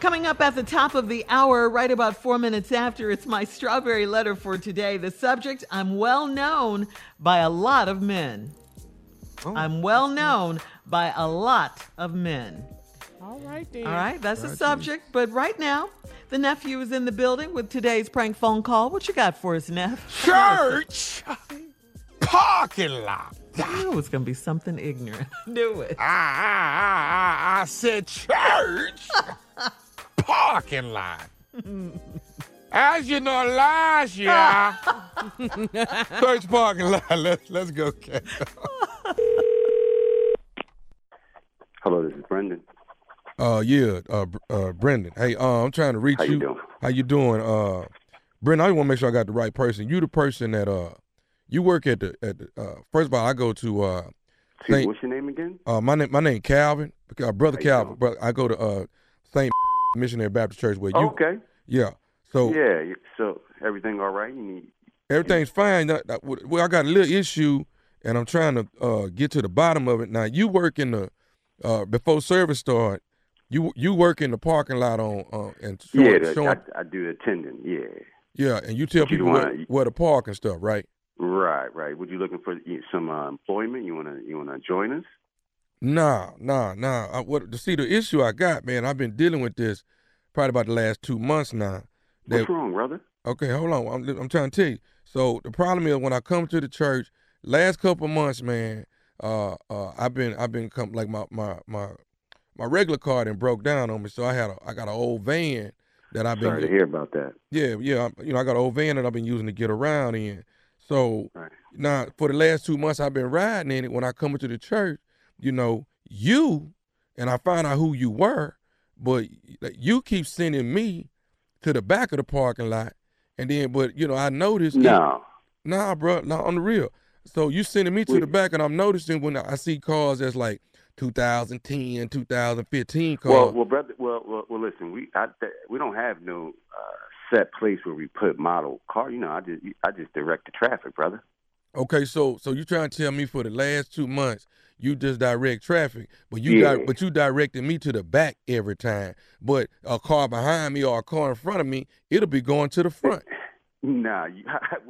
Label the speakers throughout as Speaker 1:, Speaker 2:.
Speaker 1: Coming up at the top of the hour, right about four minutes after, it's my strawberry letter for today. The subject I'm well known by a lot of men.
Speaker 2: Oh,
Speaker 1: I'm well known by a lot of men.
Speaker 3: All right then.
Speaker 1: All right, that's the subject. But right now, the nephew is in the building with today's prank phone call. What you got for us, Neff?
Speaker 2: Church parking lot.
Speaker 1: I knew it was going to be something ignorant. I knew it.
Speaker 2: I, ah, I, I, I said church parking lot. As you know, last year, church parking lot. Let's, let's go, Ken.
Speaker 4: Hello, this is Brendan.
Speaker 2: Uh, yeah, uh, Br- uh, Brendan. Hey, uh, I'm trying to reach
Speaker 4: How
Speaker 2: you.
Speaker 4: you doing?
Speaker 2: How you doing? Uh, Brendan, I want to make sure I got the right person. You the person that uh, you work at the at the. Uh, first of all, I go to uh,
Speaker 4: Excuse
Speaker 2: Thank-
Speaker 4: me, what's your name again?
Speaker 2: uh my name my name Calvin, uh, brother
Speaker 4: How you
Speaker 2: Calvin.
Speaker 4: doing?
Speaker 2: Brother, I go to uh Saint Missionary Baptist Church where you.
Speaker 4: Oh,
Speaker 2: Oh.
Speaker 4: okay.
Speaker 2: Yeah. So
Speaker 4: Yeah. you- So everything all right? You need
Speaker 2: everything's fine. Now, that- Well, I got a little issue, and I'm trying to uh, get to the bottom of it. Now, you work in the uh, before service start. You you work in the parking lot on uh, and showing,
Speaker 4: yeah. the-
Speaker 2: showing-
Speaker 4: I, I do the attendant. Yeah.
Speaker 2: yeah, and you tell
Speaker 4: You
Speaker 2: people
Speaker 4: wanna-
Speaker 2: where, where to park and stuff, right?
Speaker 4: Right. Right. Would you looking for you- some uh, employment? You wanna you wanna join us?
Speaker 2: Nah, nah, nah. I, what see the issue I got, man? I've been dealing with this probably about the last two months now.
Speaker 4: What's
Speaker 2: That-
Speaker 4: wrong, brother?
Speaker 2: Okay, hold on. I'm, I'm trying to tell you. So the problem is when I come to the church, last couple months, man, uh, uh, I've been I've been come like my my my my regular car and broke down on me. So I had a I got an old van that I've been
Speaker 4: Sorry to hear about that.
Speaker 2: yeah yeah I, you know I got an old van that I've been using to get around in. So
Speaker 4: Right.
Speaker 2: now for the last two months I've been riding in it. When I come into the church, you know you and I find out who you were, but you keep sending me to the back of the parking lot. And then, but you know, I noticed.
Speaker 4: No.
Speaker 2: Nah, bro, not on the real. So you sending me to the
Speaker 4: Wait.
Speaker 2: back, and I'm noticing when I see cars that's like 2010, 2015 cars.
Speaker 4: Well, well, brother. Well, well, well listen. We I, th- we don't have no uh, set place where we put model car. You know, I just I just direct the traffic, brother.
Speaker 2: okay, so so you trying to tell me for the last two months you just direct traffic, but you
Speaker 4: Yeah.
Speaker 2: di- but you directing me to the back every time. But a car behind me or a car in front of me, it'll be going to the front.
Speaker 4: Nah. You,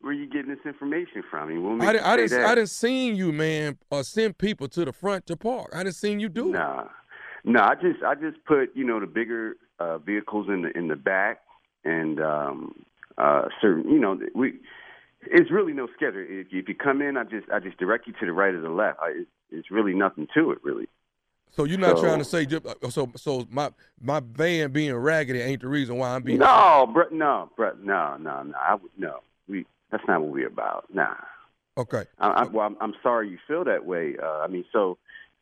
Speaker 4: where you getting this information from? You want me
Speaker 2: I
Speaker 4: to
Speaker 2: didn't I
Speaker 4: say
Speaker 2: didn't
Speaker 4: that?
Speaker 2: I didn't seen you, man, or send people to the front to park. I didn't seen you do it.
Speaker 4: Nah, no, I just I just put you know the bigger uh, vehicles in the in the back and um, uh, certain you know we. It's really no schedule. If you, if you come in, I just I just direct you to the right or the left. I, it's, it's really nothing to it, really.
Speaker 2: So you're not trying to
Speaker 4: So-
Speaker 2: say just, so so my my van being raggedy ain't the reason why I'm being
Speaker 4: No, bro, no, bro, no, no, no. I would no. We that's not what we're about. Nah.
Speaker 2: okay.
Speaker 4: I, I, well, I'm, I'm sorry you feel that way. Uh, I mean, so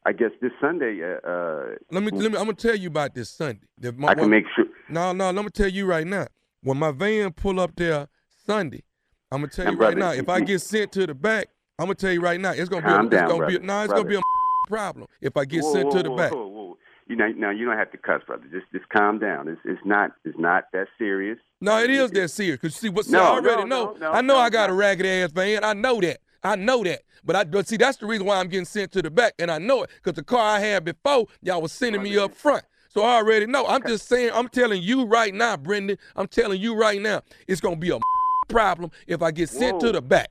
Speaker 4: I guess this Sunday, uh, uh,
Speaker 2: Let me let me. I'm gonna tell you about this Sunday. That my-
Speaker 4: I can
Speaker 2: one-
Speaker 4: make sure.
Speaker 2: no no. Let me tell you right now. When my van pull up there Sunday, I'm gonna tell
Speaker 4: Now,
Speaker 2: you right
Speaker 4: brother,
Speaker 2: now. If I
Speaker 4: you-
Speaker 2: get sent to the back, I'm gonna tell you right now. It's gonna
Speaker 4: Calm
Speaker 2: be a, it's
Speaker 4: down,
Speaker 2: gonna be
Speaker 4: brother,
Speaker 2: no. It's gonna be a problem if I get
Speaker 4: whoa,
Speaker 2: sent
Speaker 4: whoa,
Speaker 2: to the
Speaker 4: whoa,
Speaker 2: back.
Speaker 4: Whoa, whoa. You know, now you don't have to cuss, brother. Just just calm down. It's it's not it's not that serious.
Speaker 2: No, it is that serious. Cause see, what see,
Speaker 4: No,
Speaker 2: I already
Speaker 4: no,
Speaker 2: know.
Speaker 4: no, no,
Speaker 2: I know
Speaker 4: no,
Speaker 2: I got
Speaker 4: no.
Speaker 2: a ragged ass van. I know that. I know that. But I but see, that's the reason why I'm getting sent to the back, and I know it because the car I had before y'all was sending me up front. So I already know. I'm just saying. I'm telling you right now, Brendan. I'm telling you right now. It's gonna be a problem if I get sent to
Speaker 4: Whoa.
Speaker 2: the back.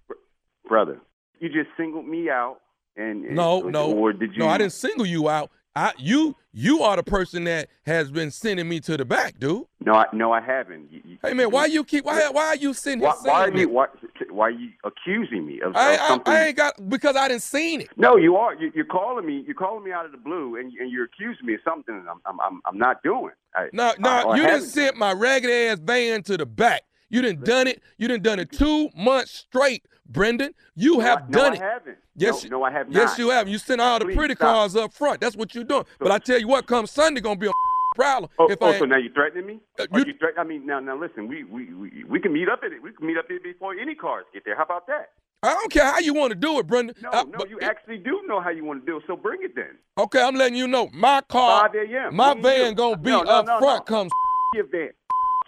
Speaker 4: brother. You just singled me out, and and-
Speaker 2: No, no,
Speaker 4: or did you?
Speaker 2: no. I didn't single you out. I you you are the person that has been sending me to the back, dude.
Speaker 4: No, I, no, I haven't. You, you,
Speaker 2: Hey man, why you keep why why are you sitting here
Speaker 4: Why,
Speaker 2: saying
Speaker 4: why are
Speaker 2: this?
Speaker 4: you why, why are you accusing me of, of
Speaker 2: I,
Speaker 4: something?
Speaker 2: I, I ain't got because I didn't seen it.
Speaker 4: no, you are. You, you're calling me. You're calling me out of the blue, and, and you're accusing me of something that I'm I'm I'm, I'm not doing. I,
Speaker 2: No, no,
Speaker 4: I- I
Speaker 2: you didn't
Speaker 4: haven't.
Speaker 2: sent my ragged ass van to the back. You didn't done it. You didn't done it two months straight, Brendan. You
Speaker 4: No, I-
Speaker 2: have done
Speaker 4: no,
Speaker 2: it.
Speaker 4: I haven't.
Speaker 2: Yes,
Speaker 4: no, no, I have
Speaker 2: Yes,
Speaker 4: not.
Speaker 2: you have. You sent all the
Speaker 4: Please
Speaker 2: pretty
Speaker 4: stop.
Speaker 2: cars up front. That's what you're doing. but I tell you what, come Sunday gonna be a problem.
Speaker 4: Oh,
Speaker 2: if
Speaker 4: oh,
Speaker 2: I
Speaker 4: so now you're threatening me?
Speaker 2: Uh,
Speaker 4: Are
Speaker 2: you-
Speaker 4: you threat- I mean, now, now listen, we, we, we, we can meet up at it. We can meet up at it before any cars get there. How about that?
Speaker 2: I don't care how you want to do it, Brendan.
Speaker 4: No,
Speaker 2: I-
Speaker 4: no,
Speaker 2: Uh, but-
Speaker 4: you actually do know how you want to do it, so bring it then.
Speaker 2: okay, I'm letting you know. My car,
Speaker 4: 5 a.m.
Speaker 2: my
Speaker 4: Me and
Speaker 2: van
Speaker 4: you.
Speaker 2: gonna be
Speaker 4: No, no,
Speaker 2: up
Speaker 4: no,
Speaker 2: front.
Speaker 4: no.
Speaker 2: Comes
Speaker 4: Your van,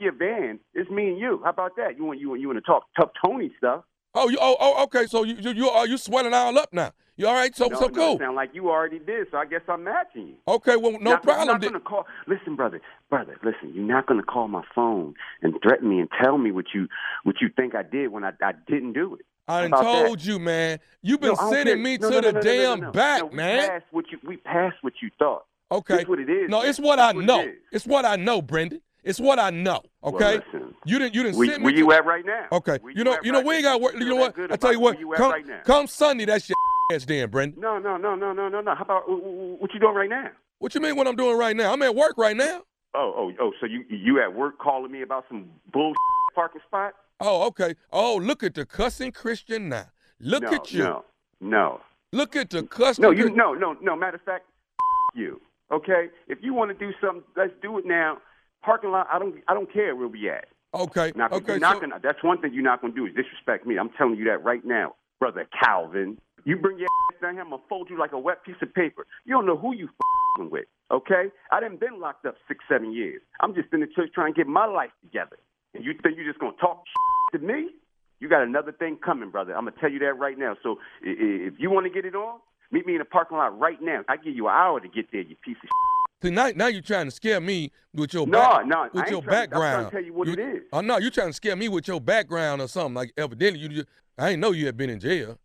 Speaker 4: your van. It's me and you. How about that? You want you want you want to talk tough Tony stuff?
Speaker 2: Oh, you, oh, oh, okay. So you, you, you are you swelling all up now? You all right? So,
Speaker 4: No,
Speaker 2: Oh, so
Speaker 4: no,
Speaker 2: cool.
Speaker 4: it sound like you already did, so I guess I'm matching you.
Speaker 2: Okay, well, no
Speaker 4: Now,
Speaker 2: problem.
Speaker 4: You're not
Speaker 2: then.
Speaker 4: gonna call. Listen, brother, brother, listen. You're not gonna call my phone and threaten me and tell me what you what you think I did when I, I didn't do it.
Speaker 2: I done
Speaker 4: How about
Speaker 2: told you, man. You've been
Speaker 4: No, I don't care.
Speaker 2: sending me
Speaker 4: No,
Speaker 2: to
Speaker 4: no, no,
Speaker 2: the
Speaker 4: no, no, no,
Speaker 2: damn
Speaker 4: no, no.
Speaker 2: back,
Speaker 4: No, we
Speaker 2: man.
Speaker 4: Passed what you, we passed what you thought.
Speaker 2: Okay.
Speaker 4: This what it is.
Speaker 2: No,
Speaker 4: man.
Speaker 2: it's what
Speaker 4: This
Speaker 2: I know.
Speaker 4: it is.
Speaker 2: It's what I know, Brendan. It's what I know.
Speaker 4: Well,
Speaker 2: Okay.
Speaker 4: listen.
Speaker 2: you didn't. You didn't
Speaker 4: Where,
Speaker 2: send me.
Speaker 4: where
Speaker 2: to-
Speaker 4: you at right now?
Speaker 2: Okay.
Speaker 4: Where
Speaker 2: You know.
Speaker 4: at
Speaker 2: You know.
Speaker 4: right
Speaker 2: we ain't
Speaker 4: now?
Speaker 2: got work. You
Speaker 4: feel
Speaker 2: know
Speaker 4: that
Speaker 2: what?
Speaker 4: good
Speaker 2: I tell you
Speaker 4: about it?
Speaker 2: what.
Speaker 4: Where you at
Speaker 2: Come.
Speaker 4: right now?
Speaker 2: Come Sunday. That's your ass then, Brendan.
Speaker 4: No, no, no, no, no, no, no. How about wh- wh- what you doing right now?
Speaker 2: What you mean? What I'm doing right now? I'm at work right now.
Speaker 4: Oh, oh, oh. So you you at work calling me about some bull parking spot?
Speaker 2: Oh, okay. Oh, look at the cussing Christian now. Look
Speaker 4: no,
Speaker 2: at you.
Speaker 4: No, no,
Speaker 2: Look at the cussing.
Speaker 4: no. You
Speaker 2: Chris-
Speaker 4: no, no, no. Matter of fact, you. Okay, if you want to do something, let's do it now. Parking lot. I don't. I don't care where we at.
Speaker 2: Okay.
Speaker 4: Not gonna,
Speaker 2: okay.
Speaker 4: you're
Speaker 2: so-
Speaker 4: not gonna, that's one thing you're not going to do is disrespect me. I'm telling you that right now, brother Calvin. You bring your ass down here, I'm going to fold you like a wet piece of paper. You don't know who you f***ing with, okay? I done been locked up six, seven years. I'm just in the church trying to get my life together. And you think you're just going to talk to me? You got another thing coming, brother. I'm going to tell you that right now. So i- i- if you want to get it on, meet me in the parking lot right now. I give you an hour to get there, you piece of
Speaker 2: See, now, now you're trying to scare me with your
Speaker 4: No,
Speaker 2: back-
Speaker 4: no, I
Speaker 2: with
Speaker 4: ain't
Speaker 2: your
Speaker 4: trying to- I'm trying to
Speaker 2: background.
Speaker 4: tell you what it is.
Speaker 2: Oh no, you're trying to scare me with your background or something. Like evidently you, just, I ain't know you had been in jail.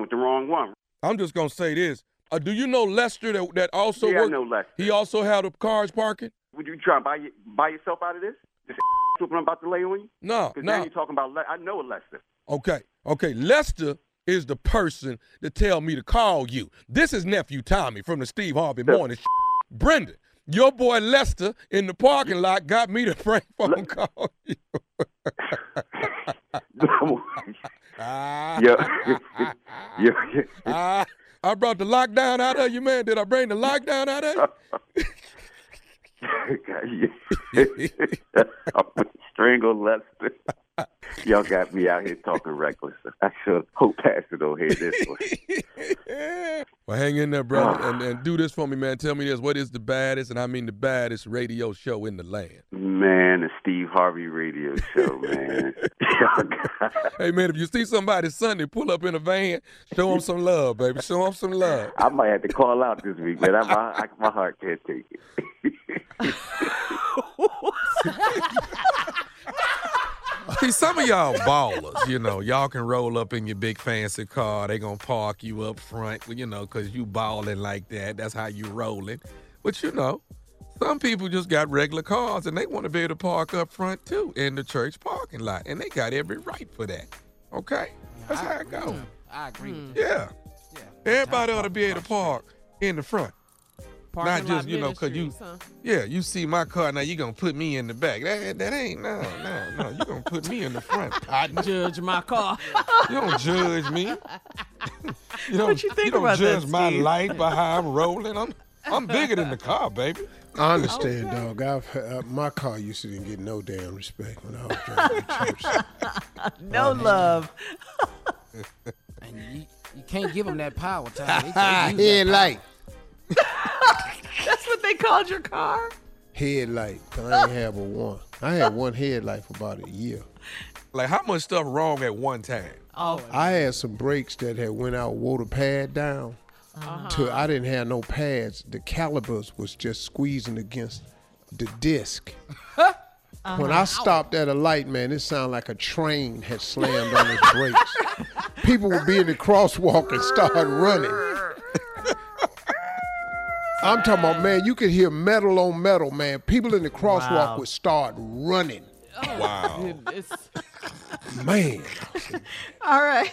Speaker 4: with the wrong one.
Speaker 2: I'm just gonna say this. Uh, do you know Lester that, that also
Speaker 4: yeah,
Speaker 2: worked?
Speaker 4: I know Lester.
Speaker 2: He also had a cars parking.
Speaker 4: Would you try and buy, y- buy yourself out of this? This whooping I'm about to lay on you?
Speaker 2: No,
Speaker 4: Because now
Speaker 2: no.
Speaker 4: you're talking about, Le- I know a Lester.
Speaker 2: Okay, okay. Lester is the person to tell me to call you. This is nephew Tommy from the Steve Harvey Morning. Show. Brendan, your boy Lester in the parking lot got me to prank phone call you. Ah.
Speaker 4: yo, yo,
Speaker 2: Ah, I brought the lockdown out of you, man. Did I bring the lockdown out of
Speaker 4: yo. I'm gonna strangle Lester. Y'all got me out here talking reckless. I should hope Pastor don't hear this one.
Speaker 2: you? well, hang in there, brother, and, and do this for me, man. Tell me this: what is the baddest, and I mean the baddest radio show in the land?
Speaker 4: Man, the Steve Harvey radio show, man. Y'all got-
Speaker 2: Hey, man, if you see somebody Sunday pull up in a van, show them some love, baby. Show them some love.
Speaker 4: I might have to call out this week, man. I, my, I, my heart can't take it.
Speaker 3: See, some of y'all ballers, you know, y'all can roll up in your big fancy car. They gonna park you up front, you know, cause you balling like that. That's how you rolling. But you know, some people just got regular cars and they want to be able to park up front too in the church parking lot, and they got every right for that. Okay, that's how it go.
Speaker 5: I agree
Speaker 2: Hmm.
Speaker 5: with you.
Speaker 3: Yeah,
Speaker 5: Yeah.
Speaker 3: everybody ought to be able to park in the front.
Speaker 1: Parking
Speaker 3: Not just,
Speaker 1: lot
Speaker 3: you know, 'cause you-
Speaker 1: ministries, huh?
Speaker 3: Yeah, you see my car now, you gonna put me in the back. That that ain't no, no, no. You gonna put me in the front.
Speaker 5: I judge my car.
Speaker 3: You don't judge me. you don't,
Speaker 1: What you think
Speaker 3: don't
Speaker 1: about that,
Speaker 3: judge my
Speaker 1: Steve?
Speaker 3: life by how I'm rolling. I'm I'm bigger than the car, baby.
Speaker 6: I understand, dog. I've, uh, my car used to didn't get no damn respect when I was driving to church.
Speaker 1: No love.
Speaker 5: And you, you can't give them that power, Ty. They can't use that
Speaker 6: Headlight,
Speaker 1: That's what they called your car?
Speaker 6: headlight. I ain't have a one. I had one headlight for about a year.
Speaker 3: Like how much stuff wrong at one time?
Speaker 1: Oh,
Speaker 6: I had some brakes that had went out, wore the pad down. To I didn't have no pads. The calipers was just squeezing against the disk When I stopped at a light, man, it sounded like a train had slammed on its brakes. People would be in the crosswalk and start running. I'm talking about, man, you could hear metal on metal, man. People in the crosswalk
Speaker 1: Wow.
Speaker 6: would start running.
Speaker 3: Wow.
Speaker 1: it's-
Speaker 6: Man.
Speaker 1: all right.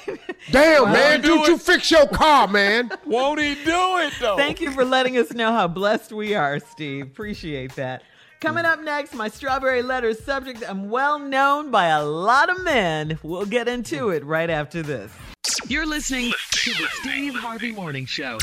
Speaker 6: Damn, man,
Speaker 3: do
Speaker 6: dude, you fix your car, man.
Speaker 3: Won't he do it though?
Speaker 1: Thank you for letting us know how blessed we are, Steve. Appreciate that. Coming up next, my strawberry letter subject. I'm well known by a lot of men. We'll get into it right after this.
Speaker 7: You're listening to the Steve Harvey Morning Show.